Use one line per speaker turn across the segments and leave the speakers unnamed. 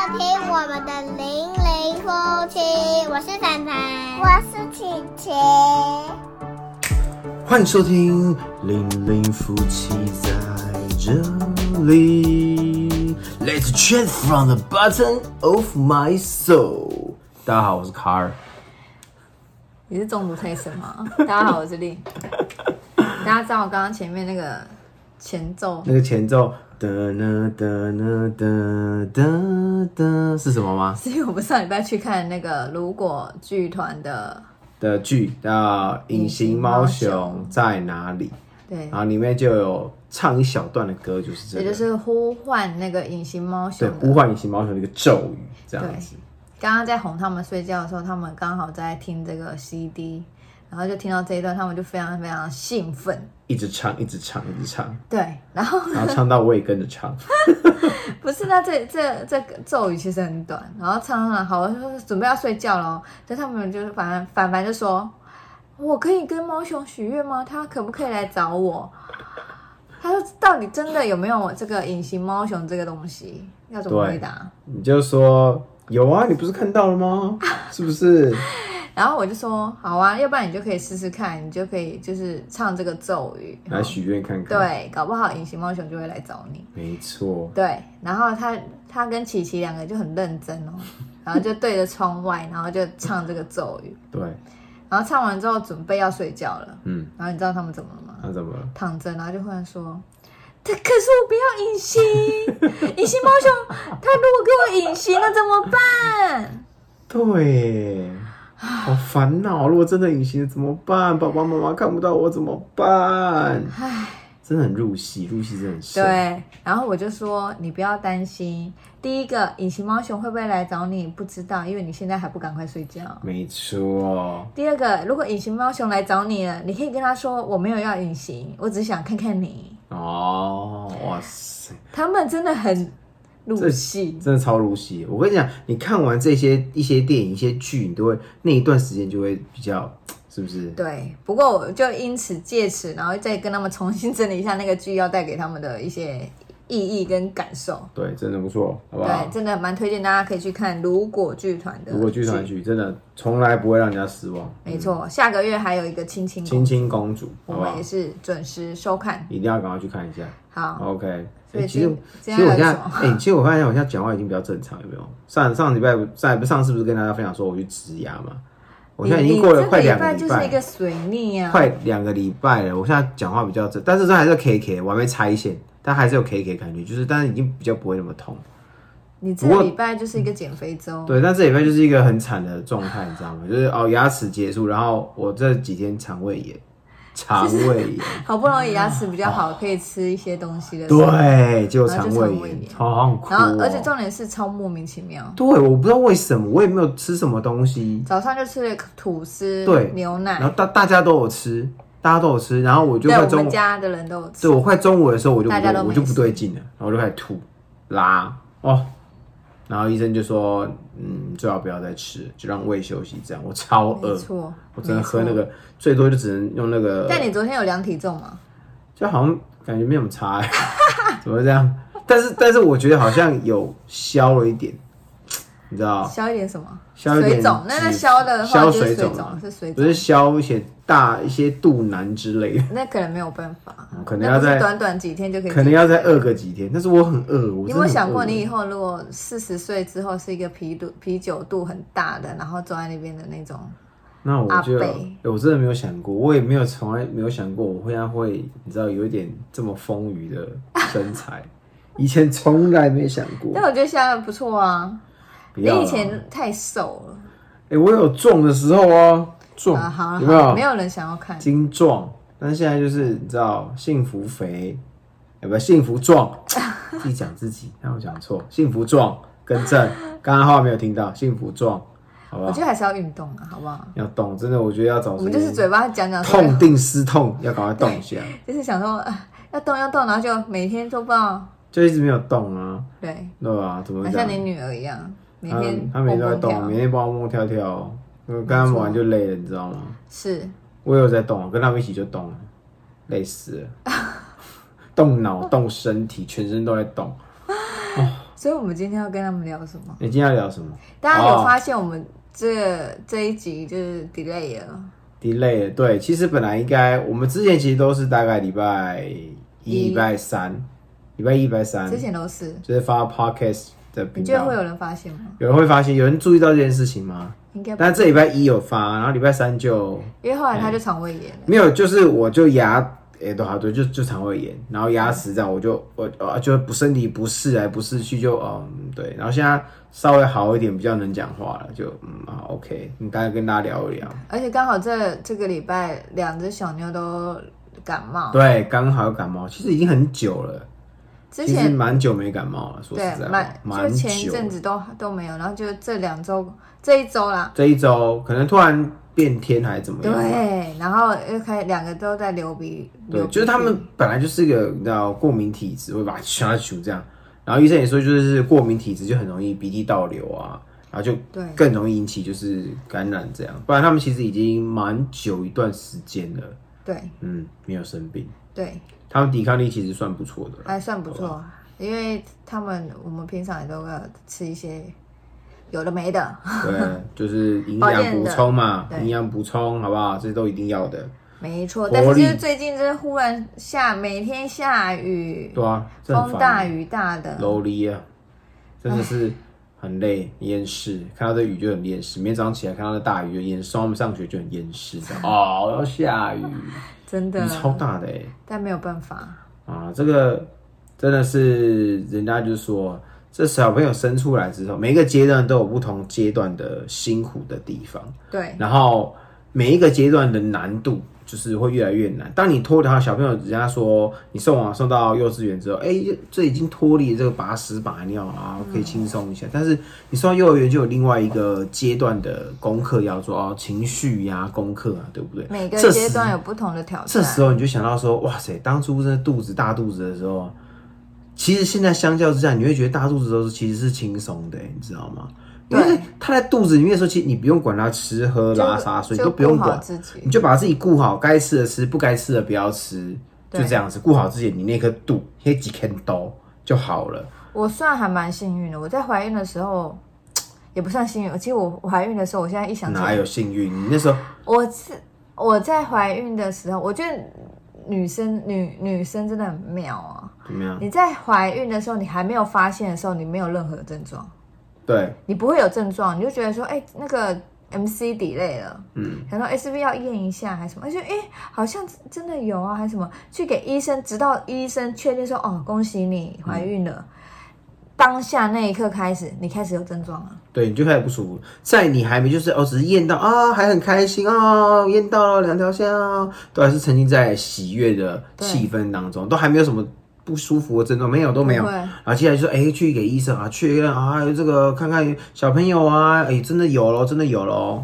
我们的零零夫妻，我是凡凡，
我是琪琪。
欢迎收听《零零夫妻在这里》，Let's chat from the bottom of my soul。大家好，我是卡尔。
你是中毒太深吗？ 大家好，我是丽。大家知道我刚刚前面那个前奏
那个前奏哒呢哒呢哒哒哒是什么吗？
是因为我们上礼拜去看那个如果剧团的，
的剧叫《隐形猫熊在哪里》，
对
然，后里面就有唱一小段的歌，啊就是这
也
个，
就是呼唤那个隐形猫
对
熊
呼
的。
唤隐形猫熊的一个咒语这样子。
刚刚在哄他们睡觉的时候，他们刚好在听这个 CD，然后就听到这一段，他们就非常非常兴奋。
一直唱，一直唱，一直唱，
对，然后
然后唱到我也跟着唱。
不是，那这这这个咒语其实很短，然后唱唱好，准备要睡觉了哦，但他们就是反正凡凡就说，我可以跟猫熊许愿吗？他可不可以来找我？ 他说到底真的有没有这个隐形猫熊这个东西？要怎么
对
回答？
你就说有啊，你不是看到了 吗？是不是？
然后我就说好啊，要不然你就可以试试看，你就可以就是唱这个咒语，
来许愿看看。，
对，搞不好隐形猫熊就会来找你。
没错。
对，然后他他跟琪琪两个就很认真哦，然后就对着窗外，然后就唱这个咒语，
对，
然后唱完之后准备要睡觉了，
嗯，
然后你知道他们怎么了吗？
那怎么了？
躺着，然后就忽然说。他可是我不要隐形，隐形猫熊，他如果给我隐形了怎么办？
对，好烦恼。如果真的隐形了怎么办？爸爸妈妈看不到我怎么办？
唉，
真的很入戏，入戏真的很深。，
对，然后我就说你不要担心，第一个隐形猫熊会不会来找你不知道，因为你现在还不赶快睡觉。
没错。
第二个，如果隐形猫熊来找你了，你可以跟他说我没有要隐形，我只是想看看你。
哦，哇塞，
他们真的很入戏，
真的超入戏。我跟你讲，你看完这些一些电影、一些剧，你都会那一段时间就会比较，是不是？
对。不过我就因此借此，然后再跟他们重新整理一下那个剧要带给他们的一些意义跟感受。
对，真的不错，好不好
对，？真的蛮推荐大家可以去看如果剧团的。
如果剧团，剧真的从来不会让人家失望。嗯
没错，下个月还有一个亲亲
亲
公主，
亲公主，
我
好不
们
好
也？是准时收看。
一定要赶快去看一下。
好，
OK，
所以
欸其实
这
其
样
实我
这
现在，
样
哎、其实我发现我现在讲话已经比较正常，有没有？上上礼拜上上次不是跟大家分享说我去植牙嘛？我现在已经过了快
你
两
这个礼拜
礼
就是
拜，
一个水逆啊，
快两个礼拜了。我现在讲话比较正，但是这还是 K K，我还没拆线，但还是有 K K 感觉，就是但是已经比较不会那么痛。
你这
不过嗯
个礼拜就是一个减肥周。
对，但这礼拜就是一个很惨的状态，你知道吗？就是哦，牙齿结束，然后我这几天肠胃炎，肠胃 炎。
好不容易牙齿比较好，可以吃一些东西的时候，
啊对，就有
然后
肠
就肠胃
胃炎，
炎
好痛苦、
然
哦。
后而且重点是超莫名其妙，
对，我不知道为什么，我也没有吃什么东西，
早上就吃了吐司、
对
牛
然后
奶，
大大家都有吃，大家都有吃，然后我就
哎对
快
我
中
们
午，
家的人都有吃
对。我快中午的时候，我就不
大家
对，
都没
我就不
事
对劲了，然后我就开始吐拉哦，然后医生就说，嗯，最好不要再吃了，就让胃休息，这样我超
没
饿。
错，
我只能喝
没
那
错。
个，呃最多就只能用那个，
但你昨天有量体重吗？
就好像感觉没什么差、欸， 怎么会这样？但是但是我觉得好像有消了一点，你知道，
消一点什么？
啊消一点
水肿。那那
脂
消的话
消
就是水
肿啊
肿，是水
不是
肿。
消一些大一些肚腩之类的，
那可能没有办法
嗯，可能
那
要
不是
在
短短几天就可以。
可能要呃再。饿个几天。但是我很饿，我真的
你有没有
很
想过，
饿
你以后如果四十岁之后是一个啤度啤酒肚很大的，然后坐在那边的那种，
那我就、
阿伯
欸我真的没有想过，我也没有从来没有想过我会要会，你知道有一点这么丰腴的身 材，以前从来没想过
但。我觉得现在不错啊。
不
你
要啦
以前太瘦了。
哎、我有壮的时候哦，壮、
啊，好了，
有
好
没
了
有
没有人想要看。
精壮，但是现在就是你知道幸福肥，哎、不幸福 壮，自己讲自己，但我讲错，幸福壮更正，刚刚话没有听到，幸福壮，好不
我觉
好？
得还是要运动啊，好不好？
要动，真的，我觉得要找
我们就是嘴巴讲讲说，
痛定思痛，要赶快动一下，
就是想说、啊要动要动，然后就每天都不知道，
就一直没有动啊，
对，
对吧？怎么
好
会这样
像你？女儿一样，每
他
天
他每天都在
蹦蹦
动，啊
跳
每天帮我摸跳跳，我跟他们玩就累了，你知道吗？
是
我也有在动，啊跟他们一起就动了，累 死了，动脑、动身体，全身都在动。
所以我们今天要跟他们聊什么？
你今天要聊什么
大家有
哦
发现我们这这一集就是 delay 了，
？delay 了对，其实本来应该我们之前其实都是大概礼拜
一
一、礼拜三、礼拜一、礼拜三，
之前都是，
就是发 podcast 的频
你觉得
道
会。有人发现吗？
有人会发现，有人注意到这件事情吗？
应该不，
但这礼拜一有发，然后礼拜三就
因为后来他就肠胃炎了。
没有，就是我就牙诶、都好对，就就肠胃炎，然后
嗯
牙齿这样，我就我呃就不身体不适来不适去就嗯对，然后现在稍微好一点，比较能讲话了，就嗯啊 OK，你大概跟大家聊一聊，
而且刚好这这个礼拜两只小妞都感冒，
对，刚好有感冒，其实已经很久了，
之
其实
前
蛮久没感冒了，说实
对
在话
蛮，
蛮
就
久
前一阵
了，
子都都没有，然后就这两周这一周啦，
这一周可能突然变天还是怎么样吧，
对，然后又开始两个都在流鼻，
啊对，
流鼻
就是他们
涕
本来就是一个你知道过敏体质，会把它掐住这样。然后医生也说，就是过敏体质就很容易鼻涕倒流啊，然后就
对
更容易引起就是感染这样。不然他们其实已经蛮久一段时间了，
对
嗯，没有生病，
对
他们抵抗力其实算不错的啦。
还算不错，因为他们我们平常也都要吃一些有的没的，
对，就是营
保
养
健
补
的
充嘛，
对
营养补充好不好？这都一定要的，
没错。
活
但是就
力
是最近这忽然下每天下雨，
对啊，这很
风
烦
大雨大的，
楼里啊，真的是很累，厌世。看到这雨就很厌世，明天早上起来看到这大雨就厌世，送他们上学就很厌世。 这样哦，要下雨，雨
真的，
超大的哎、
但没有办法。
啊，这个真的是人家就说，这小朋友生出来之后，每一个阶段都有不同阶段的辛苦的地方，
对
然后每一个阶段的难度。就是会越来越难。当你脱离好小朋友，人家说你送往送到幼稚园之后，哎、这已经脱离这个把屎把尿啊，
嗯
可以轻松一下。但是你送到幼儿园就有另外一个阶段的功课要做哦，情绪呀、功课啊，对不对？
每个
这
阶
时
段有不同的挑战。
这时候你就想到说，哇塞，当初真的肚子大肚子的时候，其实现在相较之下，你会觉得大肚子的时候其实是轻松的、你知道吗？因
对
为他在肚子里面的时候，其实你不用管他吃喝
就
拉撒睡，你
就
都不用
顾好
管，
自己
你，就把自己顾好，该吃的吃，不该吃的不要吃，就
对
这样子顾好自己，你那颗肚那几天刀就好了。
我算还蛮幸运的。我在怀孕的时候也不算幸运，其实我我怀孕的时候，我现在一想起
哪
来，
有幸运？你那时候
我是我在怀孕的时候，我觉得女生女女生真的很妙啊！
怎么样？
你在怀孕的时候，你还没有发现的时候，你没有任何症状，
对，
你不会有症状，你就觉得说，哎、那个 MC delay 了。哎
嗯，
然后 S V 要验一下还是什么，而且哎，诶好像真的有啊，还是什么，去给医生，直到医生确定说哦，恭喜你怀孕了，当下那一刻开始，你开始有症状啊了，
对，你就开始不舒服。在你还没就是哦，只是验到啊、还很开心啊、哦，验到了两条线啊，都还是沉浸在喜悦的气氛当中，都还没有什么不舒服的症状，没有都没有。
不会
然后接下来就说，哎、去给医生啊，确认啊，这个看看小朋友啊，哎、真的有咯，真的有咯。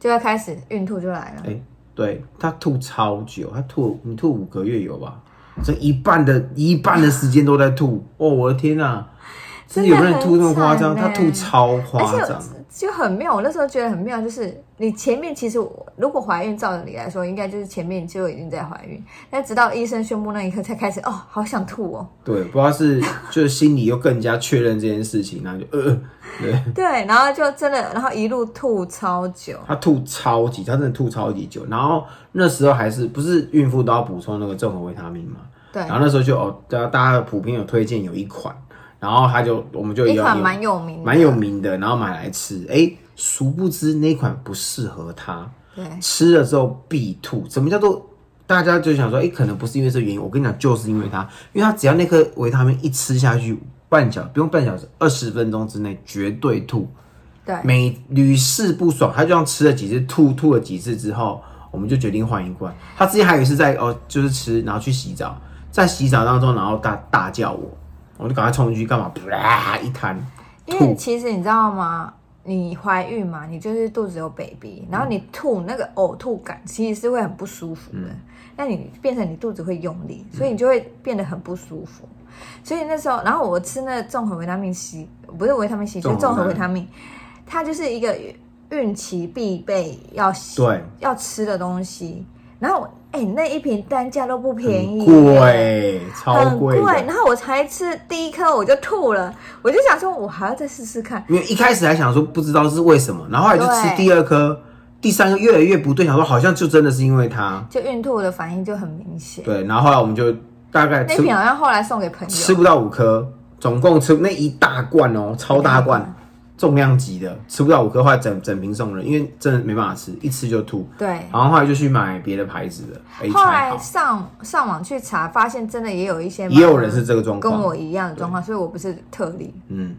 就要开始孕吐就来了。
哎、对他吐超久，他吐你吐五个月有吧？这一半的一半的时间都在吐，哦，我的天呐、真的有人吐那么夸张？
真
他
的
吐
很惨欸
超
而
夸
且
张，
就很妙，我那时候觉得很妙，就是你前面其实我如果怀孕，照理来说应该就是前面就已经在怀孕，但直到医生宣布那一刻才开始，哦，好想吐哦，
对，不知道是就是心里又更加确认这件事情，然后就呃，对
对，然后就真的，然后一路吐超久，
他吐超级，他真的吐超级久。然后那时候还是不是孕妇都要补充那个综合维他命嘛？
对，
然后那时候就哦，大家大家普遍有推荐有一款，然后他就我们就有
一款
有
蛮有名的，
蛮有名的，然后买来吃，哎，殊不知那款不适合他，
对。
吃了之后必吐。什么叫做？大家就想说，哎、可能不是因为这个原因。我跟你讲，就是因为它，因为它只要那颗维他命一吃下去，半小不用半小时，二十分钟之内绝对吐，
对，
每屡试不爽。他就这样吃了几次，吐吐了几次之后，我们就决定换一罐。他之前还有一次在哦，就是吃，然后去洗澡，在洗澡当中，然后大大叫我，我就赶快冲进去干嘛？啪一滩，
因为其实你知道吗？你怀孕嘛，你就是肚子有 baby，然后你吐那个呕吐感，其实是会很不舒服的。
嗯
那你变成你肚子会用力，所以你就会变得很不舒服。所以那时候，然后我吃那综合维他命 C，不是维他命 C，就是综
综合
合维
维
他命，它就是一个孕期必备要
对
要吃的东西。然后我哎、那一瓶单价都不便宜，
很贵，超
很
贵
贵。
的
然。后我才吃第一颗我就吐了，我就想说我还要再试试看。
因为一开始还想说不知道是为什么，然后后来就吃
对
第二颗、第三颗越来越不对，想说好像就真的是因为它。
就孕吐的反应就很明显。
对，然后后来我们就大概
那
吃
瓶好像后来送给朋
吃
友，
不到五颗，总共吃那一大罐哦，超大罐，重量级的，吃不到五颗，后来整整瓶送人，因为真的没办法吃，一吃就吐。
对。
然后后来就去买别的牌子的 A
后
才
来
啊好，
上上网去查，发现真的也有一些
也有人是这个状
跟
况。
我一样的状况，所以我不是特例，
嗯，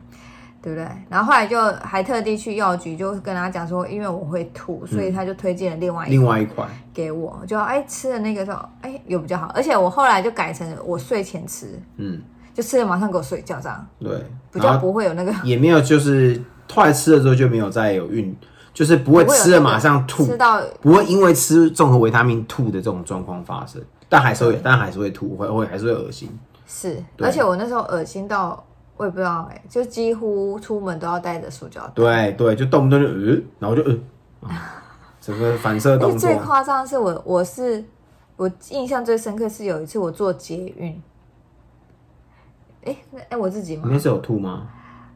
对不对？然后后来就还特地去药局，就跟他讲说，因为我会吐，所以他就推荐了另外一
嗯另
个
外一款，
给我，就哎吃了那个时候，哎有比较好，而且我后来就改成我睡前吃，
嗯，
就吃了马上给我睡觉，这样
对，
比较
然后
不会有那个
也没有就是后来吃了之后就没有再有孕，就是不会
不会有
吃了
那个
马上吐，
吃到
不会因为吃综合维他命吐的这种状况发生，但还是会，但还是会吐，会会还是会恶心。
是，
对
而且我那时候恶心到我也不知道哎、就几乎出门都要带着塑胶袋。
对对，就动不动就呃，然后就呃，啊整个反射
而且
动
哎最
作。
夸张的是我，我是我印象最深刻是有一次我坐捷运，哎、那哎、我自己
你
吗
那？时候有吐吗？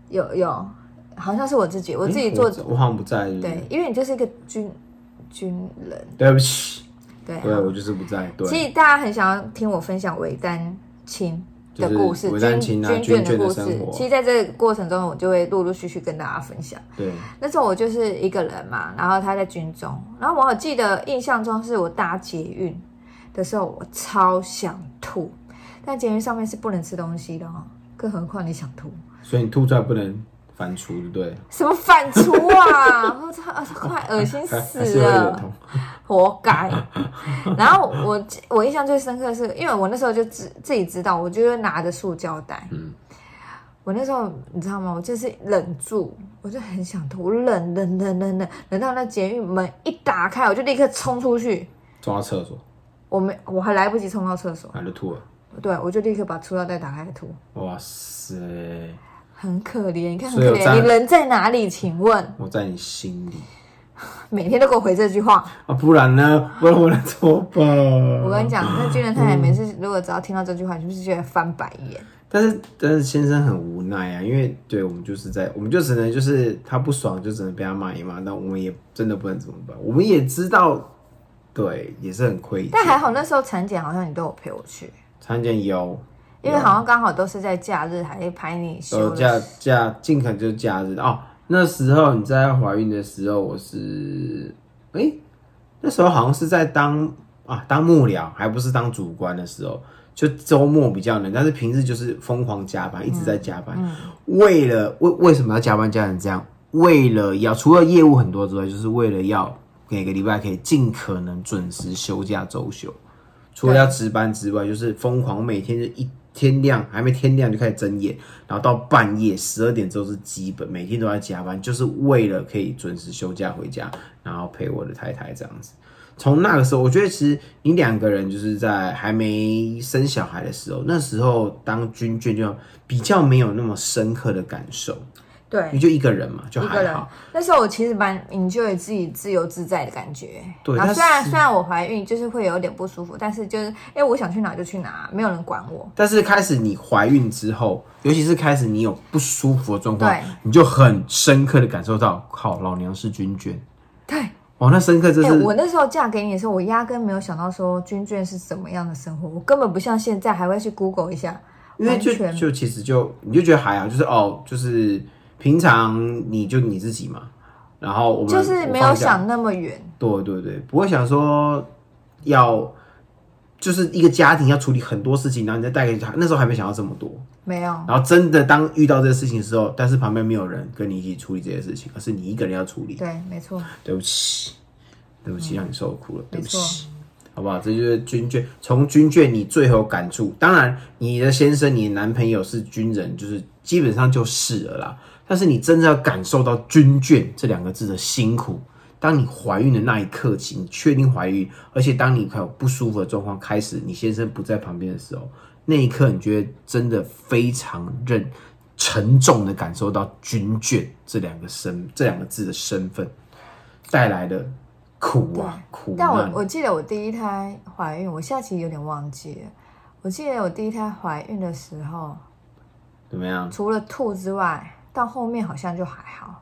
有有，好像是我自己，我自己
诶
坐、
我我好像不在。是不是
对，，因为你就是一个军军人，
对不起，
对。
对啊我就是不在。
其
对，
实大家很想要听我分享韦丹青的故事，
就是韦丹青啊
军
军眷
眷
的
故
生
事
活。
其实在这个过程中，我就会陆陆续续跟大家分享。
对，
那时候我就是一个人嘛，然后他在军中，然后我有记得印象中是我搭捷运的时候，我超想吐，但捷运上面是不能吃东西的哦，更何况你想吐，
所以你吐出来不能反刍，对不对？
什么反刍啊， 我操，啊快恶心
还还
死
是会有点
了，
痛。
活该。 然后我记我印象最深刻的是，因为我那时候就自自己知道，我就是拿着塑胶袋，
嗯
我那时候你知道吗？我就是忍住，我就很想吐，我忍忍忍忍忍，忍到那监狱门一打开，我就立刻冲出去。
抓厕所，
我没，我还来不及冲到厕所，
然后就吐了。
对我就立刻把塑料袋打开来吐，
哇塞，
很可怜，你看很
所以
可
有在
怜，你人在哪里？请问，
我在你心里
每天都给我回这句话。
啊，不然呢？ 不然我能怎么办？
我
我
跟你讲，那军人太
嗯
太每次如果只要听到这句话，就是觉得翻白眼。
但是但是先生很无奈啊，因为对我们就是在，我们就只能就是他不爽就只能被他骂一骂，那我们也真的不能怎么办，我们也知道，对，也是很亏。
但还好那时候产检好像你都有陪我去，
参见哦有，
因为好像刚好都是在假日，还排你休
呃
的
假假尽可能就是假日哦。那时候你在怀孕的时候，我是哎、那时候好像是在当啊当幕僚，还不是当主官的时候，就周末比较能，但是平日就是疯狂加班，一直在加班。为了为为什么要加班加成这样？为了要除了业务很多之外，就是为了要每个礼拜可以尽可能准时休假周休。除了要值班之外，就是疯狂每天就一天亮还没天亮就开始睁眼，然后到半夜十二点之后是基本每天都在加班，就是为了可以准时休假回家，然后陪我的太太这样子。从那个时候，我觉得其实你两个人就是在还没生小孩的时候，那时候当军眷就比较没有那么深刻的感受，
对
你，就一个人嘛，就
一个
还
人
好。。
那时候我其实蛮 enjoy 自己自由自在的感觉。
对
然
但是
后虽然虽然我怀孕就是会有点不舒服，但是就是哎、我想去哪就去哪，没有人管我。
但是开始你怀孕之后，尤其是开始你有不舒服的状况
对，
你就很深刻的感受到，靠，老娘是军眷，
对，哎、
哇，那深刻就是、
我那时候嫁给你的时候，我压根没有想到说军眷是怎么样的生活，我根本不像现在还会去 Google 一下，
因为
完
就
全
就其实就你就觉得还好，就是哦，就是平常你就你自己嘛，然后我们
就是没有，
我放假
想那么远。
对对对，不会想说要就是一个家庭要处理很多事情，然后你再带给他，那时候还没想到这么多，
没有，
然后真的当遇到这个事情的时候，但是旁边没有人跟你一起处理这些事情，而是你一个人要处理，
对，没错，
对不起，对不起，让你受苦了，对不
嗯没
起
错，
好不好？这就是军眷，从军眷你最有感触。当然，你的先生、你的男朋友是军人，就是基本上就是了啦。但是你真的要感受到“军眷”这两个字的辛苦。当你怀孕的那一刻起，你确定怀孕，而且当你有不舒服的状况开始，你先生不在旁边的时候，那一刻你觉得真的非常认沉重的感受到“军眷”这两个身这两个字的身份。带来的苦啊，苦
但我
难。
我记得我第一胎怀孕，我现在其实有点忘记了。我记得我第一胎怀孕的时候，
怎么样？
除了吐之外，到后面好像就还好。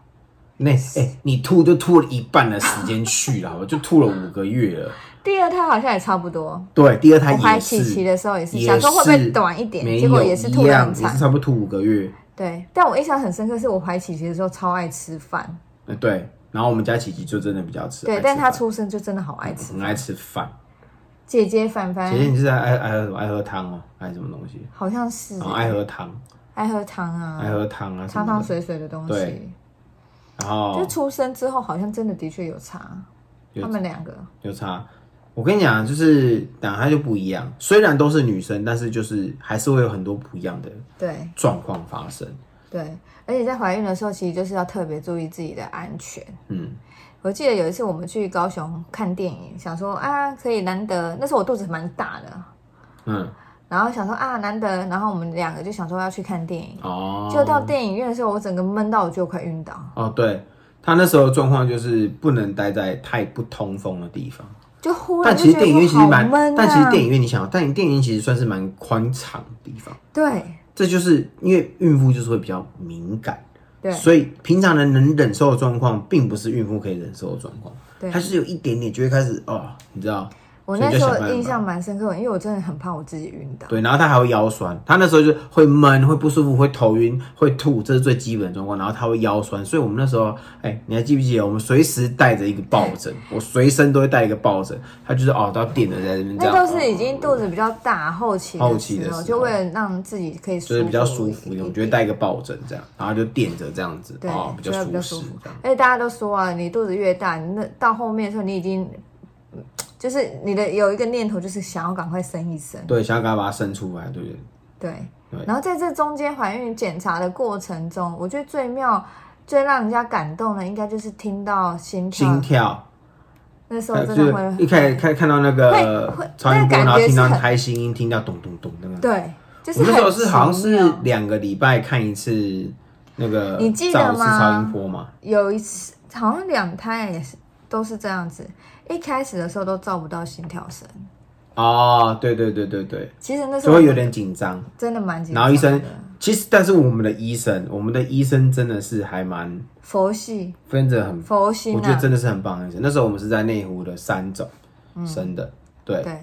那哎、你吐就吐了一半的时间去了，我就吐了五个月了。
第二胎好像也差不多，
对，第二胎
我怀
也
琪
是，
琪的时候也是，
也
想说会不
是
会短一点，
没
结果
有
也是
一
吐得
样
很
也是
长。
差不多吐五个月。
对，但我印象很深刻，是我怀琪琪的时候超爱吃饭，
呃，对。然后我们家琪琪就真的比较吃，爱
对，
吃
但她
饭
出生就真的好爱吃
很。爱吃饭。
姐姐凡凡
姐姐，你是爱爱爱喝什么？爱喝汤哦，还是什么东西？
好像是
然后爱喝汤，
爱喝汤啊，
爱喝汤啊，什么
汤
的
汤。水水的东
对
西。
然
就
后
出生之后，好像真的的确有差。
有
他们两个
有差。我跟你讲，就是两胎就不一样，虽然都是女生，但是就是还是会有很多不一样的
对
状况发生。
对，而且在怀孕的时候，其实就是要特别注意自己的安全。
嗯，
我记得有一次我们去高雄看电影，想说啊，可以难得，那时候我肚子蛮大的，
嗯，
然后想说啊，难得，然后我们两个就想说要去看电影。
哦，
就到电影院的时候，我整个闷到，我就快晕倒，
哦，对他那时候的状况就是不能待在太不通风的地方。
就忽然
但
就
其实
觉得
电影院其实
好
蛮，
闷啊。
但其实电影院你想，但电影院其实算是蛮宽敞的地方。
对
这就是因为孕妇就是会比较敏感，
对
所以平常人能忍受的状况，并不是孕妇可以忍受的状况。
对
它，是有一点点就会开始哦，你知道，
我
所以
那
就
时候
想办法
印象蛮深刻的，因为我真的很怕我自己晕倒。
对，然后他还会腰酸，他那时候就会闷、会不舒服、会头晕、会吐，这是最基本的状况。然后他会腰酸，所以我们那时候，哎、你还记不记得我们随时带着一个抱枕，我随身都会带一个抱枕。他就是哦，到垫着在这边这
那
样，
都是
哦
已经肚子比较大后期
后期的
时候，
时
就
候
为了让自己可以
哦就是比较舒服
服
一点，
一点，
我觉得带一个抱枕这样，然后就垫着这样子，
对
哦，比
就会比
较
较
舒
舒
适
服
这样。
而且大家都说啊，你肚子越大，你那到后面的时候，你已经嗯就是你的有一个念头，就是想要赶快生一生。
对，想要赶快把它生出来，对不对？
对，
对
然后在这中间怀孕检查的过程中，我觉得最妙、最让人家感动的，应该就是听到心跳。
心跳，
那时候
呃
真
就
的
是
会
一开始看看到那个
会会
超音波，
那个感
然后
觉
听
是
到
很
开心音，听到咚咚咚那个。
对，就是
我那时候
很
是好像
奇
是
妙
两个礼拜看一次那个，
你记
照
得吗
一次超音波嘛？
有一次好像两胎也是都是这样子，一开始的时候都照不到心跳声，
哦，对对对对对，
其实那时
就
候
会有点紧张。
真的蛮紧
然
张的。
后医生，其实但是我们的医生，我们的医生真的是还蛮
佛系
分着很，
佛心、啊，
我觉得真的是很棒的医生。那时候我们是在内湖的三种生的，对，
嗯对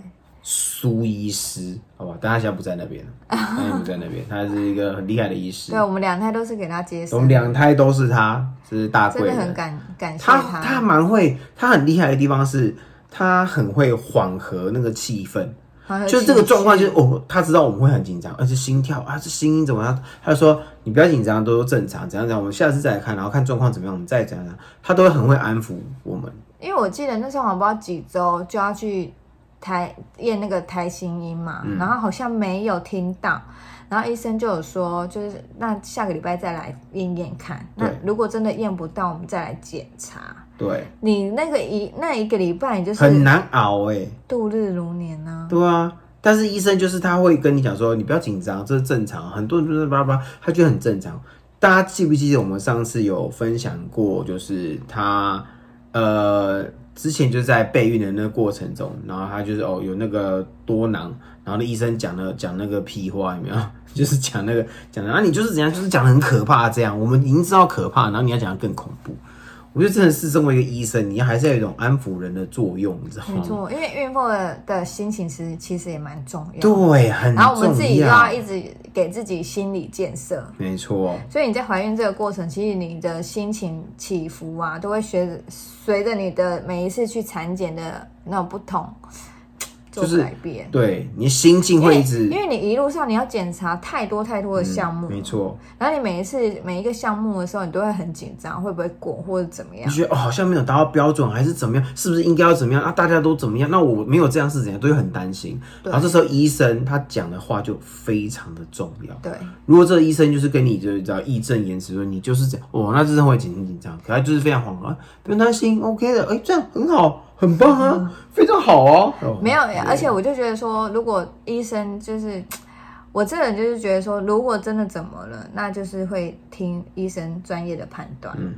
苏医师，好吧，但他现在不在那边了，他也不在那边，他是一个很厉害的医师
对，。我们两胎都是给他接
我们
生，
两胎都是他，是大
真
贵
的
人。
很感感谢
他他蛮会，他很厉害的地方是，他很会缓和那个气氛。
他
就是这个状况，就是哦，他知道我们会很紧张，而且心跳啊，这心音怎么样？他就说你不要紧张，都正常，怎样怎样。我们下次再来看，然后看状况怎么样，我们再怎样怎样。他都会很会安抚我们。
因为我记得那时候好像不知道几周就要去台验那个胎心音嘛，
嗯
然后好像没有听到，然后医生就有说，就是那下个礼拜再来验验看，那
对
如果真的验不到，我们再来检查。
对，
你那个一那一个礼拜，你就是
很难熬哎、
度日如年呢、
对啊。但是医生就是他会跟你讲说，你不要紧张，这是正常。很多人就是叭叭叭，他觉得很正常。大家记不记得我们上次有分享过，就是他呃之前就在备孕的那个过程中，然后他就是哦有那个多囊，然后那医生讲了讲那个屁话有没有？ 就是讲那个讲的，啊你就是怎样，就是讲的很可怕这样。我们已经知道可怕，然后你要讲的更恐怖。我觉得真的是身为一个医生，你还是要有一种安抚人的作用，你知道吗？
没错，因为孕妇的的心情其实其实也蛮重要。
对，很重要。
然后我们自己又要一直给自己心理建设，
没错，
所以你在怀孕这个过程，其实你的心情起伏啊，都会随着随着你的每一次去产检的那种不同做
就是
改变。
对你心境会一直
因为因为你一路上你要检查太多太多的项目，
嗯没错，
然后你每一次每一个项目的时候，你都会很紧张，会不会过或者怎么
你
样？
觉得哦好像没有达到标准，还是怎么样？是不是应该要怎么样？啊，大家都怎么样？那我没有这样是怎样？都会很担心。
对
然后这时候医生他讲的话就非常的重要。
对
如果这个医生就是跟你就是叫义正言辞说你就是这样，哦，那真的会紧很紧张。可他就是非常缓和，啊不用担心，OK 的，哎、这样很好，很棒啊，非常好哦。哦
嗯没有，
对
而且我就觉得说，如果医生就是。我这个人就是觉得说，如果真的怎么了，那就是会听医生专业的判断。
嗯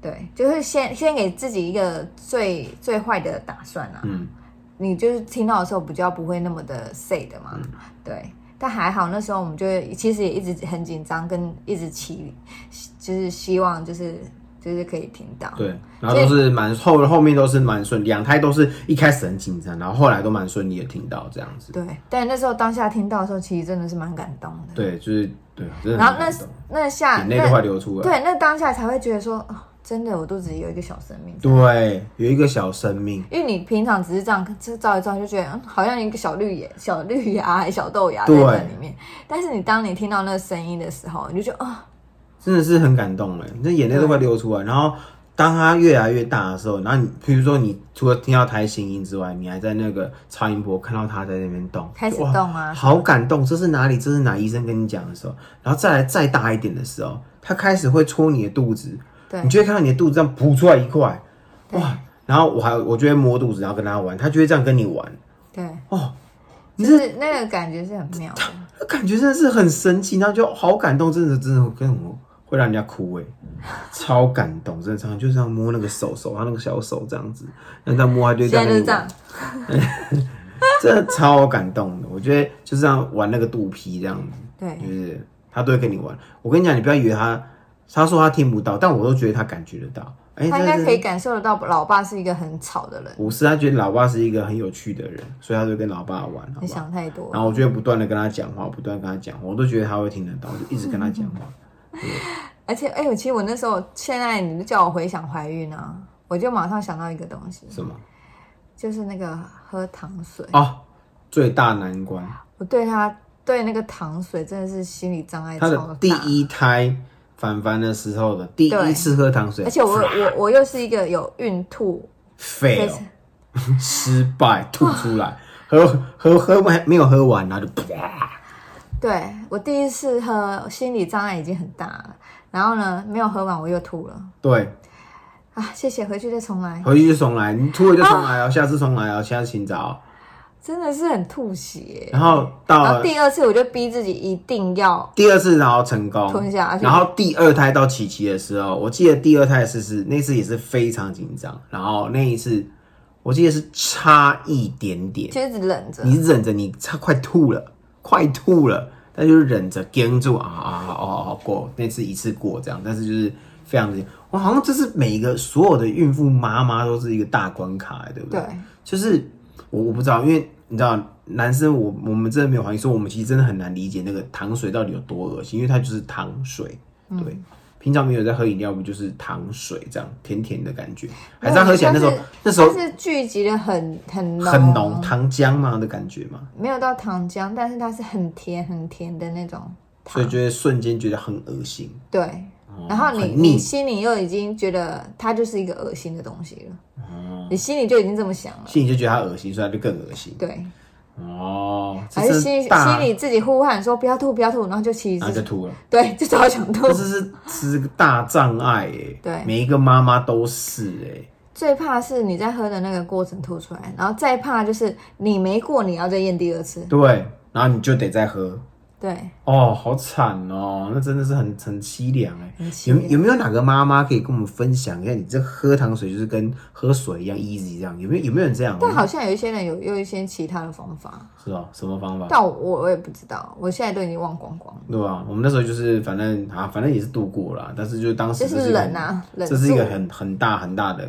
对，就是先先给自己一个最最坏的打算啊。
嗯，
你就是听到的时候比较不会那么的 sad 嘛，
嗯
对。但还好那时候我们就其实也一直很紧张，跟一直期就是希望就是就是可以听到，
对，然后都是蛮后后面都是蛮顺，两胎都是一开始很紧张，然后后来都蛮顺利的听到这样子。
对。但那时候当下听到的时候，其实真的是蛮感动的。
对，就是对，啊真的
然后
很
那
感动，
那下
眼泪都快
那
流出来。
对那当下才会觉得说，哦，真的我肚子里有一个小生命。
对，有一个小生命，
因为你平常只是这样就照一照，就觉得嗯好像一个小绿芽、小绿芽、小豆芽在
对
那里面。但是你当你听到那个声音的时候，你就觉得啊、
真的是很感动哎，那眼泪都快流出来。然后当它越来越大的时候，然后你，比如说你除了听到胎心音之外，你还在那个超音波看到它在那边动，
开始
哇
动啊
好感动。这是哪里？这是哪？医生跟你讲的时候，然后再来再大一点的时候，它开始会戳你的肚子，
对
你就会看到你的肚子这样鼓出来一块，哇！然后我还我就会摸肚子，然后跟它玩，它就会这样跟你玩。
对，
哦，
就是那个感觉是很妙的。
那感觉真的是很神奇，然后就好感动，真的真的跟我会让人家哭哎、超感动，真的常常就这样摸那个手手，他那个小手这样子，那他摸他就
现
这样
在就
跟
是
你
这样
玩，，真的超感动的。我觉得就这样玩那个肚皮这样子，
对
就是他都会跟你玩。我跟你讲，你不要以为他，他说他听不到，但我都觉得他感觉得到。哎、
他应该
真的是
可以感受得到，老爸是一个很吵的人。
不是，他觉得老爸是一个很有趣的人，所以他就跟老爸玩，好
你
不好？
想太多
然
了，
后我就会不断的跟他讲话，不断地跟他讲话，我都觉得他会听得到，我就一直跟他讲话。
嗯而且哎、我其实我那时候，现在你叫我回想怀孕啊，我就马上想到一个东西，
什么？
就是那个喝糖水。
哦，最大难关，
我对他对那个糖水真的是心理障碍
他
超
的
大。
第一胎凡凡的时候的第一
对
次喝糖水，啊
而且我我我又是一个有孕吐，
fail 哦失败吐出来， 喝喝喝完没有喝完，然后就 啪，
对我第一次喝，心理障碍已经很大了。然后呢，没有喝完我又吐了
对，
啊！谢谢，回去再重来，
回去就重来，你吐了就重
啊
来哦，下次重来哦，下次请早。
真的是很吐血。
然后到
然后
了
第二次我就逼自己一定要
第二次然后成功
吞下去
然后第二胎到琪琪的时候，我记得第二胎是是那次也是非常紧张，然后那一次我记得是差一点点，
就一直忍着，
你忍着，你差快吐了，快吐了，但就是忍着，盯住啊啊啊啊啊过那次一次过这样，但是就是非常的，我好像这是每一个所有的孕妇妈妈都是一个大关卡、欸对不
对
就是我我不知道，因为你知道男生我我们真的没有怀疑，说我们其实真的很难理解那个糖水到底有多恶心，因为它就是糖水，对。平常没有在喝饮料，不就是糖水这样甜甜的感觉？还是它喝起来那时候
但是
那时候
但是聚集的很很浓啊
很浓，糖浆嘛的感觉嘛？
没有到糖浆，但是它是很甜很甜的那种
所以
糖，
就会瞬间觉得很恶心。
对。
哦
然后你
很腻
你心里又已经觉得它就是一个恶心的东西了，
哦，
你心里就已经这么想了，
心里就觉得它恶心，所以它就更恶心。
对，
哦，这
还是
真
哎心里
大啊
心里自己呼喊说不要吐不要吐，然后就其实、
然后就吐了，
对，就超想吐
这。是是个大障碍哎。
对
每一个妈妈都是哎。
最怕是你在喝的那个过程吐出来，然后再怕就是你没过，你要再验第二次，
对，然后你就得再喝。
对，
哦，好惨哦，那真的是很很凄凉哎。
很凄
有
凉
有没有哪个妈妈可以跟我们分享一下，你这喝糖水就是跟喝水一样 easy 这样？有没有有没有人这样？
但好像有一些人有有一些其他的方法，
是哦，什么方法？
但我我我也不知道，我现在都已经忘光光了，
对啊，我们那时候就是反正啊，反正也是度过啦，但是就当时
就
这
是
一个
冷啊，冷
这是一个
住
很很大很大的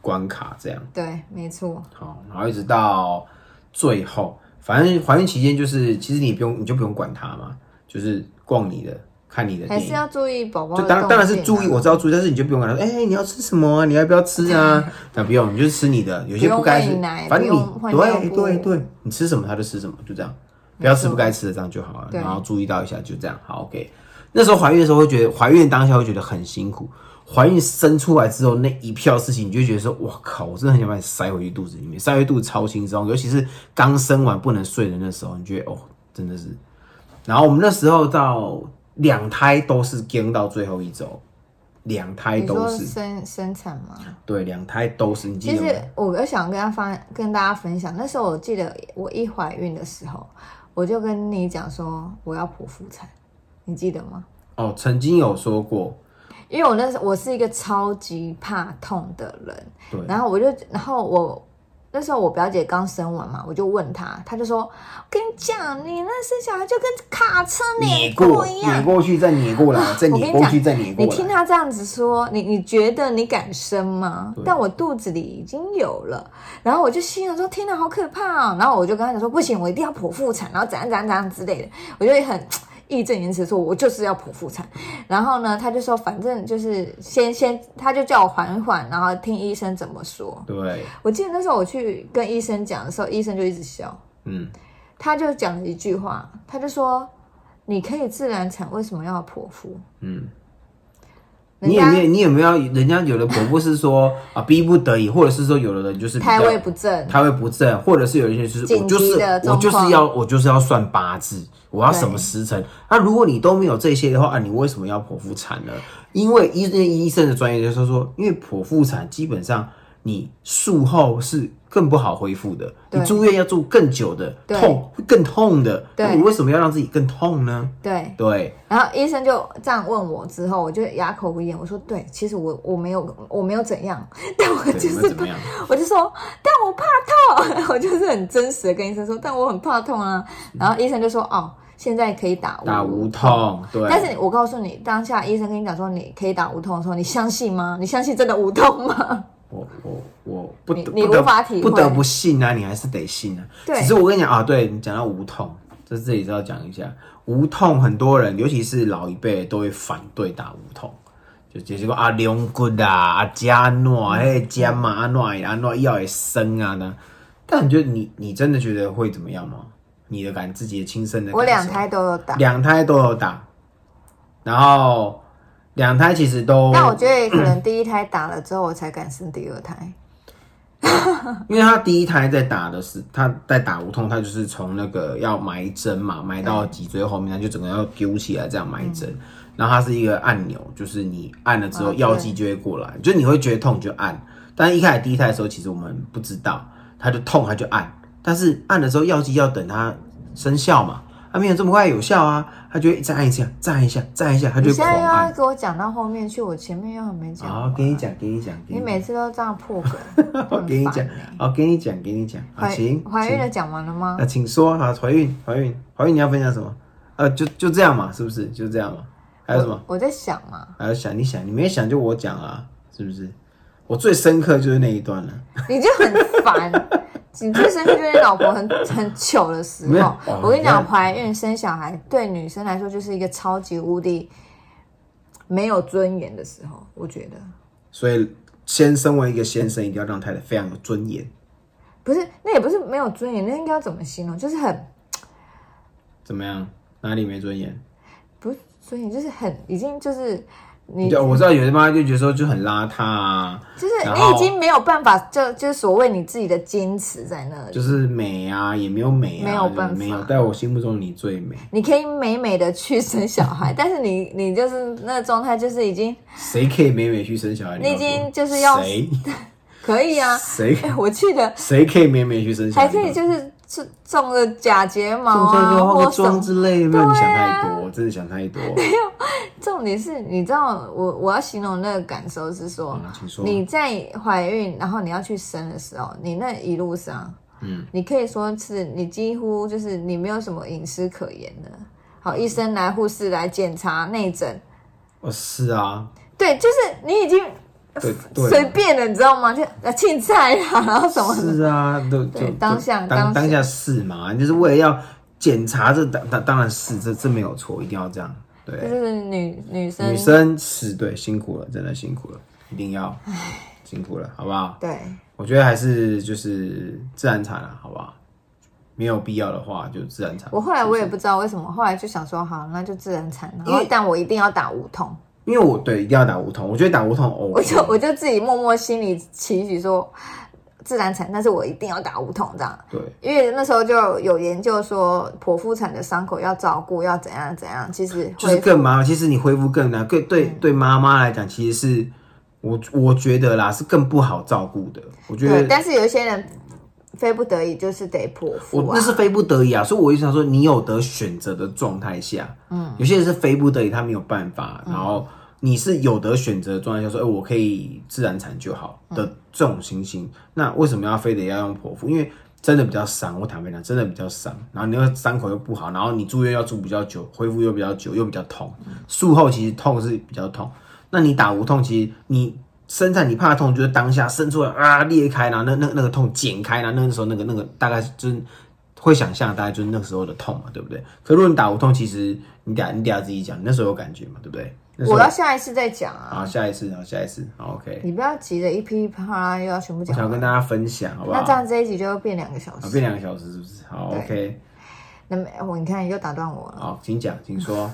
关卡，这样
对，没错，
好，然后一直到最后，反正怀孕期间就是，其实你不用你就不用管它嘛，就是逛你的，看你的
还
电
是
影。
要注意宝宝的
就当当然是
动静
注
啊
意，我知道注意，但是你就不用管他说，哎、你要吃什么啊？你要不要吃 啊？那不用，你就吃你的，有些
不用
该
喂
吃
奶，
反正
不
你
用换尿
对
布
对对，你吃什么他就吃什么，就这样，不要吃不该吃的，这样就好了。
对
然后注意到一下，就这样，好，OK。那时候怀孕的时候会觉得，怀孕当下会觉得很辛苦，怀孕生出来之后那一票事情，你就会觉得说，哇靠，我真的很想把你塞回去肚子里面，塞回肚子超轻松，尤其是刚生完不能睡的那时候，你觉得哦，真的是。然后我们那时候到两胎都是跟到最后一周，两胎
你
都
说
是
生生产吗？
对，两胎都是，你记
其
得吗
实？我又想跟他发跟大家分享，那时候我记得我一怀孕的时候，我就跟你讲说我要剖腹产，你记得吗？
哦，曾经有说过，
因为我那时候我是一个超级怕痛的人，
对，
然后我就，然后我那时候我表姐刚生完嘛，我就问她，她就说：“我跟你讲，你那生小孩就跟卡车
碾
碾
过，
过一
碾
样。啊
过去再碾过 来，再
我跟
碾
你
过去
讲
再碾”过
你
来。
听她这样子说，你你觉得你敢生吗
对？
但我肚子里已经有了，然后我就心想说：“天哪，好可怕哦！”然后我就跟她讲说：“不行，我一定要剖腹产，然后怎样怎样怎样之类的。”我就很义正言辞地说：“我就是要剖腹产。”然后呢，她就说：“反正就是先先，她就叫我缓缓，然后听医生怎么说。”
对，
我记得那时候我去跟医生讲的时候，医生就一直笑，
嗯，
他就讲了一句话，他就说：“你可以自然产，为什么要剖腹？”
嗯，
人
你有
家
没有你有没有人家有的婆婆是说啊逼不得已，或者是说有的人就是比较
胎位不正，
胎位不正，或者是有一些就是我
紧急
就是
的
我
状况
就是要我就是要算八字，我要什么时辰。那、如果你都没有这些的话，啊，你为什么要剖腹产呢？因为医医生的专业就是说，因为剖腹产基本上你术后是更不好恢复的，你
对
住院要住更久的，
对
痛会更痛的。
对
那你为什么要让自己更痛呢？
对。
对，
然后医生就这样问我之后，我就哑口无言。我说：“对，其实我我没有我没有 怎样，但我
对，
就
你们
是
怎么样？
我就说，但我怕痛， 我就是很真实的跟医生说，但我很怕痛啊。然后医生就说：哦，现在可以打无
嗯打无痛，对，
但是我告诉你，当下医生跟你讲说你可以打无痛的时候，你相信吗？你相信真的无痛吗？
我我我不得
你
不得
无法体
不
会
得不信啊，你还是得信啊。
对
只是我跟你讲啊，对你讲到无痛，在这里是要讲一下无痛，很多人尤其是老一辈都会反对打无痛。就就是讲啊，龙骨啊，啊，加诺，哎，加嘛，啊，诺，啊，诺，药也生啊呢。但你觉得你你真的觉得会怎么样吗？你的感自己的亲身的感受，
我两胎都有打，
两胎都有打，然后两胎其实都，
但我觉得可能第一胎打了之后，我才敢生第二胎。
因为他第一胎在打的是他在打无痛，他就是从那个要埋针嘛，埋到脊椎后面，他就整个要丢起来这样埋针。然后它是一个按钮，就是你按了之后
哦
药剂就会过来，就是你会觉得痛你就按。但一开始第一胎的时候，其实我们不知道，它就痛它就按，但是按的时候药剂要等它生效嘛，它没有这么快有效啊，它就会再按一下，再按一下，再按一下，它就
你
会
现
狂
在又要
按。
给我讲到后面去，我前面又很没讲。
好，给你，讲，给你讲，给
你每次都这样 破梗，
我给你
很
讲
烦欸，
好，给你讲，给你讲，好，
怀
行，
怀孕
请
了讲完了吗
那？请说啊，怀孕，怀孕，怀孕，你要分享什么？呃，就就这样嘛，是不是？就这样嘛。还有什么？
我？我在想嘛，
还有想，你想，你没想就我讲啊，是不是？我最深刻就是那一段了。
你就很 烦。你最生气就是你老婆很很糗的时
没有
候
哦。
我跟你
你
讲，
看
怀孕生小孩对女生来说就是一个超级无敌没有尊严的时候，我觉得
所以，先身为一个先生，一定要让太太非常有尊严。
不是，那也不是没有尊严，那应该要怎么形容？就是很
怎么样？哪里没尊严？
不是尊严，就是很已经就是你
就我知道有些妈妈就觉得说就很邋遢啊，
就是
然
你
后
已经没有办法，就就是所谓你自己的坚持在那里。
就是美啊，也没有美啊，
没有
就是
办法
没有。在我心目中你最美，
你可以美美的去生小 孩，但是你你就是那个状态，就是已经
谁可以美美去生小孩？
你已经
告诉我
就是要
谁
可以啊。
谁
哎、我记得
谁可以美美去生小孩？
还可以就是去种个假睫毛
啊种菜
啊，
妆化
或
个
什
妆
么。
之类，没有你想
啊
太多，真的想太 多。
重点是，你知道我我要形容那个感受是说，
嗯，请说。
你在怀孕，然后你要去生的时候，你那一路上，
嗯，
你可以说是你几乎就是你没有什么隐私可言的。好，医生来，护士来检查内诊，
哦，是啊，
对，就是你已经
对
随
对，
便了，你知道吗？就呃青菜啊，然后什么的
是啊，都
对
就就
当下
当
当下
当下是嘛，就是为了要检查这当当当然是这这没有错，一定要这样。
这
对，
就是女女生
女生是对辛苦了，真的辛苦了，一定要辛苦了，好不好？
对
我觉得还是就是自然产了，好不好？没有必要的话就自然产。
我后来
是
我
是
也不知道为什么，后来就想说好，那就自然产，然
因
后
为
但我一定要打无痛，
因为我对一定要打无痛，我觉得打无痛 OK，
我就我就自己默默心里期许说自然产，但是我一定要打无痛这样。
对。
因为那时候就有研究说，剖腹产的伤口要照顾，要怎样怎样，其实
就是
恢复嗯
更麻烦。其实你恢复更难，更对对妈妈来讲，其实是我我觉得啦，是更不好照顾的。我觉
对，
得
但是有一些人非不得已就是得剖
我
腹啊
那，是非不得已啊，所以我就想说，你有得选择的状态下，嗯，有些人是非不得已，他没有办法，然后你是有得选择的状态下说，哎、我可以自然产就好
嗯
的这种情形，那为什么要非得要用剖腹？因为真的比较伤，我坦白讲，真的比较伤。然后你那个伤口又不好，然后你住院要住比较久，恢复又比较久，又比较痛。
嗯
术后其实痛是比较痛，那你打无痛，其实你生产你怕痛，就是当下生出来啊裂开啦，那那那个痛剪开啦，那个时候那个那个大概就是会想象，大概就是那个时候的痛嘛，对不对？可如果你打无痛，其实你等下你等下自己讲，你那时候有感觉嘛，对不对？那时候
我要下一次再讲啊，
好，下一次，好，下一次，好，OK。
你不要急着一噼啪啦又要全部
我
讲
想跟
完。
大家分享，好不好？
那这样这一集就变两个小
好
时
变。两个小时是不是？好
对
，OK，
那么我你看又打断我了。
好，请讲，请说。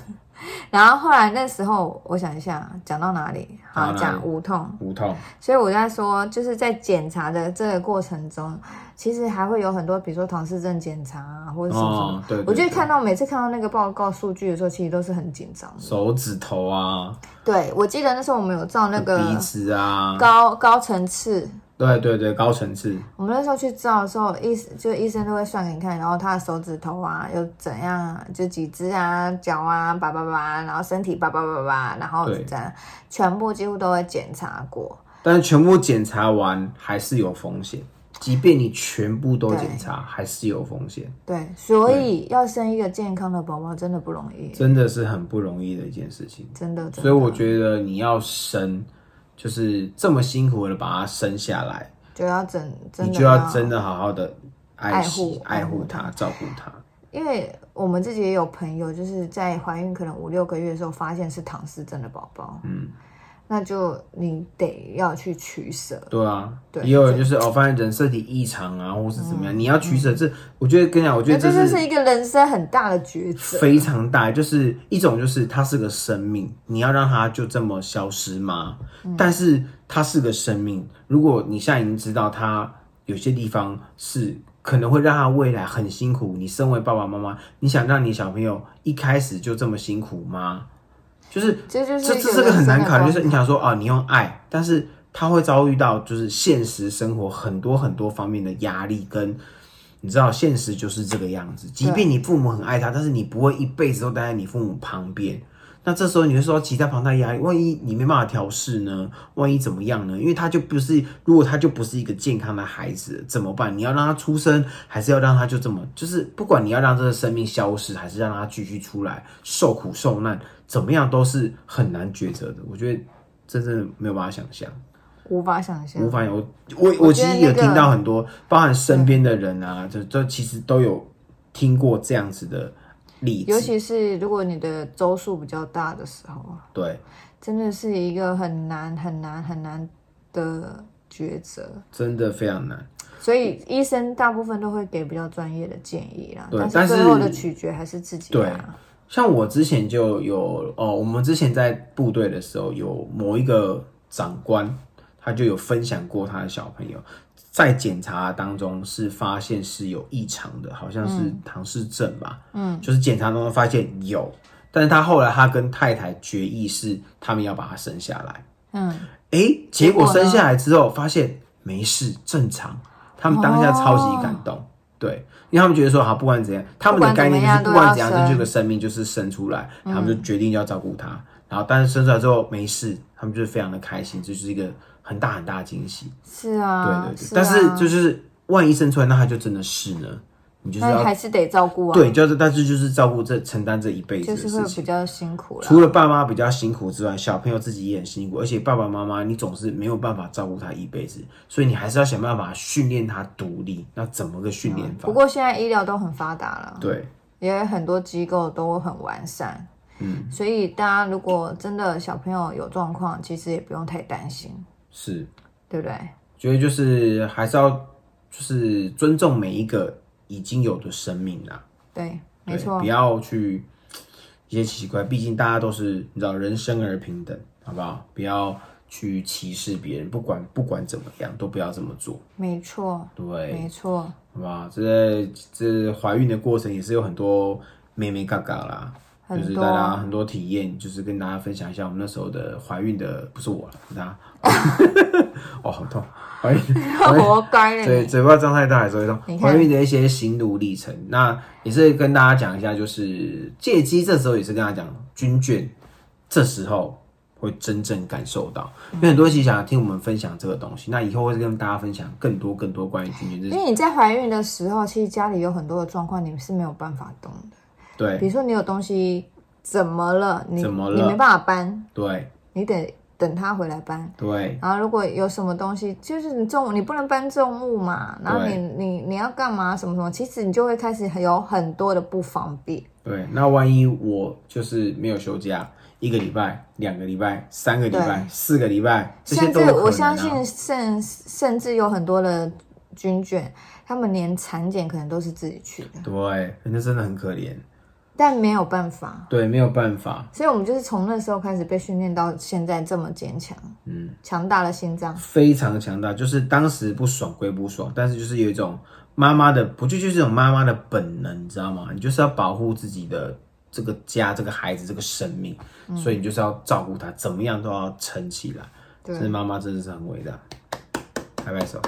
然后后来那时候我想一下，讲到哪里？
讲到
好，
哪里
讲无痛。
无痛，
所以我在说，就是在检查的这个过程中，其实还会有很多，比如说唐氏症检查啊，或者是什么什么。
哦，对，对
我就
对
会看到每次看到那个报告数据的时候，其实都是很紧张的。
手指头啊，
对，我记得那时候我们有照 那个
鼻子啊，
高高层次，
对对对，高层次，
我们那时候去照的时候，医就医生都会算给你看，然后他的手指头啊，有怎样啊，就几只啊，脚啊，叭叭叭，然后身体叭叭叭叭，然后
对
这样，全部几乎都会检查过。
但是全部检查完还是有风险，即便你全部都检查，还是有风险，
对，所以要生一个健康的宝宝真的不容易，
真的是很不容易的一件事情。
真的。真的
所以我觉得你要生，就是这么辛苦的把它生下来，
就要整，真
你
的
就要真的好好的爱
爱
惜
护、
爱
爱护
护它、照顾它。
因为我们自己也有朋友，就是在怀孕可能五六个月的时候，发现是唐氏症的宝宝，
嗯，
那就你得要去取舍。
对啊，
对嗯
也有人就是哦，发现人身体异常啊，或是怎么样，你要取舍。这我觉得跟你讲，我觉
那
得
这
这
哎就是一个人生很大的抉择。
非常大，就是一种就是它是个生命，你要让它就这么消失吗？但是它是个生命，如果你现在已经知道它有些地方是可能会让它未来很辛苦，你身为爸爸妈妈，你想让你小朋友一开始就这么辛苦吗？就是
这就是
这
一
这
个
这个很难考虑，
人生的
就是你想说啊，你用爱，但是他会遭遇到就是现实生活很多很多方面的压力跟。你知道现实就是这个样子，即便你父母很爱他，但是你不会一辈子都待在你父母旁边。那这时候你会受到极大庞大压力，万一你没办法调试呢？万一怎么样呢？因为他就不是，如果他就不是一个健康的孩子，怎么办？你要让他出生，还是要让他就这么，就是不管你要让这个生命消失，还是让他继续出来受苦受难，怎么样都是很难抉择的。我觉得真正没有办法想象。
无法想象
无。法有我我
我
其
觉得
实有
那个
听到很多，包含身边的人啊，就就其实都有听过这样子的例
尤
子，
其是如果你的周数比较大的时候，
对，
真的是一个很难很难很难的抉择。
真的非常难。
所以医生大部分都会给比较专业的建议啦，
对
但
但是
是最后的取决还是自己啊啦。
像我之前就有哦，我们之前在部队的时候，有某一个长官，他就有分享过他的小朋友在检查当中是发现是有异常的，好像是唐氏症吧，
嗯，
就是检查当中发现有，但是他后来他跟太太决议是他们要把他生下来。
嗯，
诶，结
结果
果
呢
生下来之后发现没事，正常。他们当下超级感动，对，因为他们觉得说，好，不管怎样，他们的概念就是
不
不
管
管
怎
怎
么
样，
样啊都
这
要生
就是个生命，就是生出来，他们就决定要照顾他。然后，但是生出来之后没事，他们就是非常的开心，这就是一个很大很大的惊喜。
是
对
啊，
对对，
是啊
但是就是万一生出来，那他就真的是呢，你就是
那
要
还是得照顾啊，
对，，就是但是就是照顾这承担这一辈子
就
的
是
事
会
情，
比较辛苦啦。
除了爸妈比较辛苦之外，小朋友自己也很辛苦，而且爸爸妈妈你总是没有办法照顾他一辈子，所以你还是要想办法训练他独立。那怎么个训练法？
不过现在医疗都很发达了，
对，
也有很多机构都很完善，
嗯，
所以大家如果真的小朋友有状况，其实也不用太担心，
是，
对不对？
觉得就是还是要就是尊重每一个已经有的生命啦，
对，
对
没错
不，要去一些奇奇怪，毕竟大家都是你知道人生而平等，好不好？不要去歧视别人，不管不管怎么样都不要这么做，
没错，
对，
没错，
好吧，这这怀孕的过程也是有很多妹妹嘎嘎啦，就
很
是
多
大家很多体验，就是跟大家分享一下我们那时候的怀孕的，不是我了，是他。 哦，好痛！怀孕，怀孕
活该了
嘴
你。
嘴巴张太大还是会痛
你。看
怀孕的一些心路历程，那也是跟大家讲一下，就是借机这时候也是跟大家讲，军眷这时候会真正感受到。因为很多人其实想要听我们分享这个东西，那以后会跟大家分享更多更多关于军犬
因
这
为你在怀孕的时候，其实家里有很多的状况，你们是没有办法懂的。
对
比如说你有东西怎么了，你
怎么了
你没办法搬，
对
你得等他回来搬。
对
然后如果有什么东西，就是你重你不能搬重物嘛，然后你
对
你你要干嘛什么什么，其实你就会开始有很多的不方便。
对，那万一我就是没有休假，一个礼拜、两个礼拜、三个礼拜
对、
四个礼拜，这些
甚至
都有可能、啊、
我相信甚甚至有很多的军眷，他们连产检可能都是自己去的，
对，那真的很可怜。
但没有办法。
对，没有办法，
所以，我们就是从那时候开始被训练到现在这么坚强，
嗯，
强大的心脏。
非常强大。就是当时不爽归不爽，但是就是有一种妈妈的，不就就是一种妈妈的本能，你知道吗？你就是要保护自己的这个家、这个孩子、这个生命，
嗯
所以你就是要照顾他，怎么样都要撑起来。
对
这妈妈真的是很伟大，拍拍手，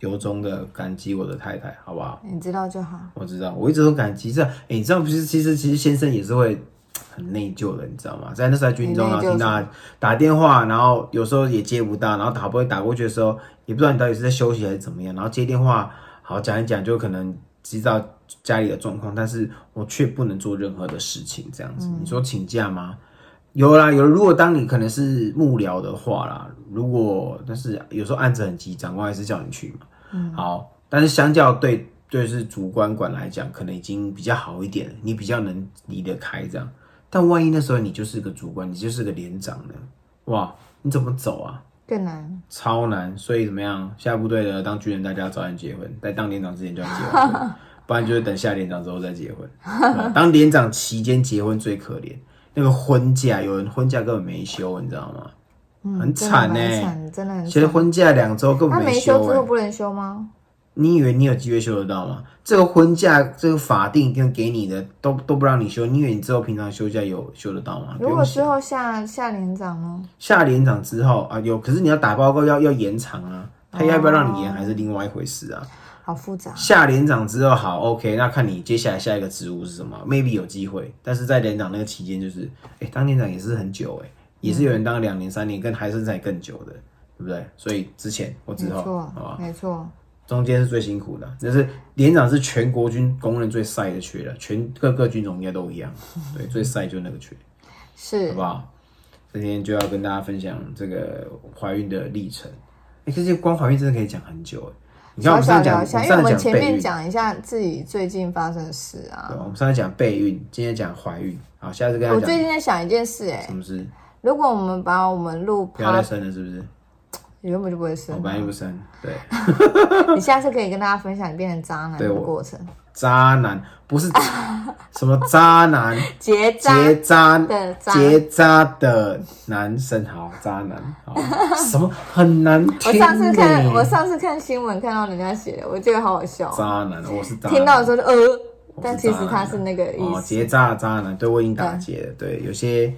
由衷的感激我的太太，好不好？
你知道就好。
我知道，我一直都感激。这，哎、你知道，不是，其实其实先生也是会很内疚的，你知道吗？在那时候在军中，
很
然
内
后
疚
听到他打电话，然后有时候也接不到，然后打不会打过去的时候，也不知道你到底是在休息还是怎么样，然后接电话，好讲一讲，就可能知道家里的状况，但是我却不能做任何的事情，这样子。你
嗯
说请假吗？有啦，有。如果当你可能是幕僚的话啦，如果但是有时候案子很急，长官还是叫你去嘛。嗯，好。但是相较对对是主观管来讲，可能已经比较好一点了，你比较能离得开这样。但万一那时候你就是个主管，你就是个连长呢？哇，你怎么走啊？
更难，
超难。所以怎么样？下部队的当军人，大家要早点结婚，在当连长之前就要结婚， 不然就是等下连长之后再结婚。哦当连长期间结婚最可怜，那个婚假有人婚假根本没休，你知道吗？
嗯，
很
真的
惨
蛮
欸
惨真的很
其实
惨。
婚假两周根
他
本
没
休、啊
休之
哎
后不能休吗？
你以为你有机会休得到吗？这个婚假，这个法定跟给你的都都不让你休，你以为你之后平常休假有休得到吗？
如
不
果
用想
之后下下连长呢？
下连长之后啊，有，可是你要打报告要要延长啊，他要不要让你
哦
延还是另外一回事啊。
好复杂。
下连长之后好，OK，那看你接下来下一个职务是什么，maybe 有机会，但是在连长那个期间，就是，哎、当连长也是很久、哎，也是有人当两年、三年，跟还甚至还更久的，对不对？所以之前或
没
之后，好
错，
吧，
没错，
中间是最辛苦的，啊就是连长是全国军公认最晒的缺了，全各个军种应该都一 样，对，最晒就那个缺。好
是
不好？今天就要跟大家分享这个怀孕的历程。哎、可是光怀孕真的可以讲很久哎。你看我
小
们
小
上次讲，我们上次
聊一下，因为我们
讲
前
备
面
孕，
讲一下自己最近发生的事啊
对，。我们上次讲备孕，今天讲怀孕。好，下次跟他
我最
讲
近在想一件事、哎
什，么事，
如果我们把我们录
不要再
p
生了，是不是？
原本就不会生
我本来就不生，对，
啊，你下次可以跟大家分享你变成渣男
对
的
我
过程，
渣男不是 什么渣男，
结渣
结渣
的渣
结渣的男生，好渣男， 好什么很难
我
听呢。
上次看，我上次看新闻看到人家写的，我觉得好好笑
渣
哦，
男，我是渣男，
听到的时候就呃，
我
但
是
其
渣
实
男
他
啊
是那个意
哦，
思。
结扎的渣男，对我已经打结了。对，有些有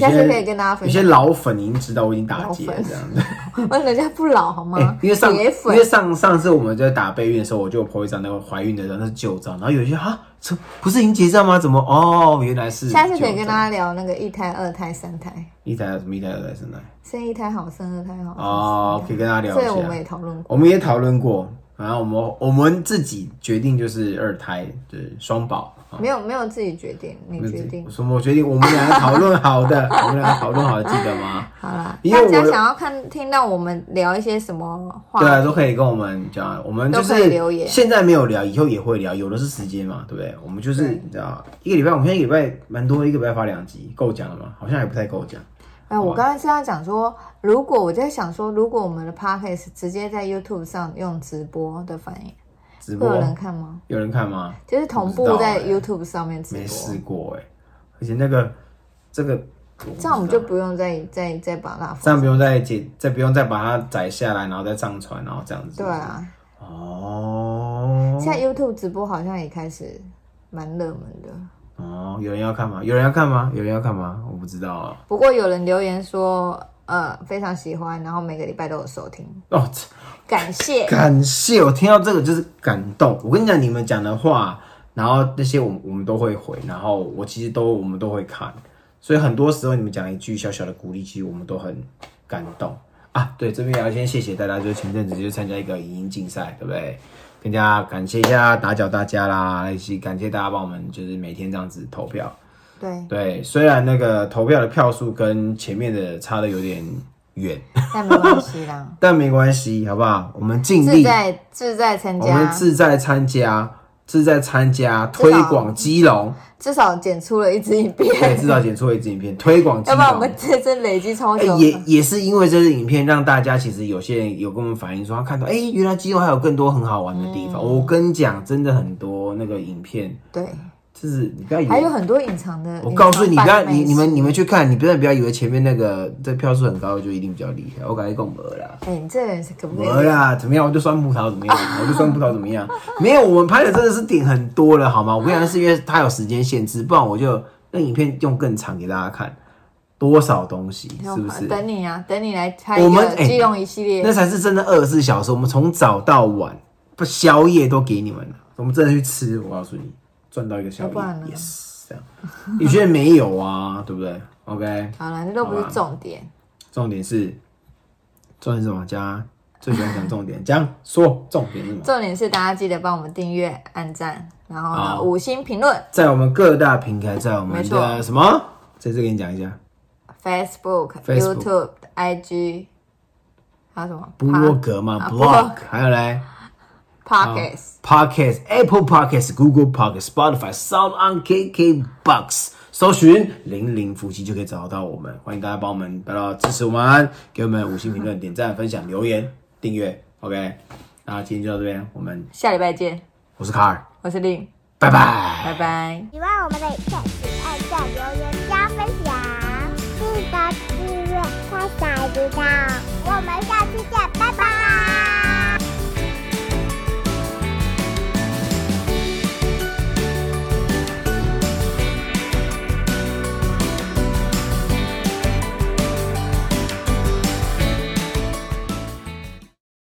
你下次可以
些
跟大家分
有些
享，
老粉已经知道我已经打结了
老粉
这样子。
问人家不老好
哎
吗？
因为上
铁
因
粉
为上上次我们在打备孕的时候，我就有 po 一张那个怀孕的照，那是旧照，然后有一些啊，这不是已经结扎吗？怎么哦，原来是
下次可以跟大
他
家聊那个一胎、二胎、三胎，
一胎什么一胎二胎生来
生一胎好，生二胎好。
哦，可以跟大家聊
这个我
一
们
下
也。讨论过。
我们也讨论过，然后我们我们自己决定就是二胎，就是双宝。啊
没有没有自己决定，你决定
我说我决定，我们两个讨论好的， 我们两个讨论好的，记得吗？
好啦。
因
大
为我
家想要看听到我们聊一些什么话题？
对啊，都可以跟我们讲，我们就
都可以
是
留言
现在没有聊，以后也会聊，有的是时间嘛，对不对？我们就是
对
你知道，一个礼拜，我们现在一个礼拜蛮多，一个礼拜发两集，够讲了吗？好像也不太够讲。
哎，
啊
我刚才是要讲说，如果我在想说，如果我们的 podcast 直接在 YouTube 上用直播的反应，
直
会
播
有人看吗？
有人看吗？
就是同
我
步
不知道
在
哎
YouTube 上面直
没
播
试，过哎、而且那个这个，
这样我们就
不知道
不用再再再把它
这样
放。
不用再解，再不用再把它载下来，然后再上传，然后这样子。
对啊，
哦，
现在 YouTube 直播好像也开始蛮热门的。
哦，有人要看吗？有人要看吗？有人要看吗？我不知道啊。
不过有人留言说，呃，非常喜欢，然后每个礼拜都有收听，
哦，
感谢。
感谢，我听到这个就是感动。我跟你讲，你们讲的话，然后那些我们我们都会回，然后我其实都我们都会看，所以很多时候你们讲一句小小的鼓励，其实我们都很感动啊。对，这边也要先谢谢大家，就是前阵子就参加一个影音竞赛，对不对？更加感谢一下打搅大家啦，以及感谢大家帮我们就是每天这样子投票。
对，
对，虽然那个投票的票数跟前面的差的有点远，，
但没关系啦
但没关系，好不好？我们 尽
志
力，
在志在参
我们
加，
志在参加，志在参加推广基隆，
至少剪出了一支影
对，
片，
至少剪出一支影片推广基
要
隆。
不然我们这真累积超
哎
久。
也也是因为这支影片，让大家其实有些人有跟我们反映说，他看到哎、原来基隆还有更多很好玩的地方。
嗯
我跟你讲，真的很多那个影片，
对，
就是你不要以为
还有很多隐藏的。
我告诉你，
隐
不
藏
要
版的
你
美食
你们你们去看，你真的不要以为前面那个这票数很高就一定比较厉害。我感觉够没啦，
哎、你这个人是可不可
没
以？
啦，怎么样？我就酸葡萄怎么样？我就酸葡萄怎么样？没有，我们拍的真的是点很多了，好吗？我跟你讲，是因为它有时间限制，不然我就那影片用更长给大家看，多少东西是不是？
等你啊，等你来拍一
我们
个
哎
基隆一系列。
那才是真的二十四小时，我们从早到晚，不宵夜都给你们了。我们真的去吃，我告诉你，赚到一个宵夜
要不然呢
，yes，这样。你觉得没有啊？ 对不对？OK。
好了，那都不
好
是
吧
重点。
重点是，重点是什么？家最喜欢讲重点，讲说重点是什么？
重点是大家记得帮我们订阅、按赞，然后呢
好
五星评论
在我们各大平台，在我们
没
的
错
什么？这次给你讲一下，
，Facebook、
Facebook
YouTube、IG，还有什么
部落格嘛
啊
，blog，还有嘞
Pockets？
，podcast、Apple Podcast、Google Podcast、Spotify、Sound on KK Box，搜寻“零零夫妻”就可以找到我们。欢迎大家帮我们，不要支持我们，给我们五星评论、点赞、分享、留言、订阅。OK，那今天就到这边，我们
下礼拜见，
我是卡尔，
我是令，
拜拜。
拜拜。
喜欢我们的影片，请按赞、留言、加分享，记得订阅、开小铃铛。我们下期见，拜拜。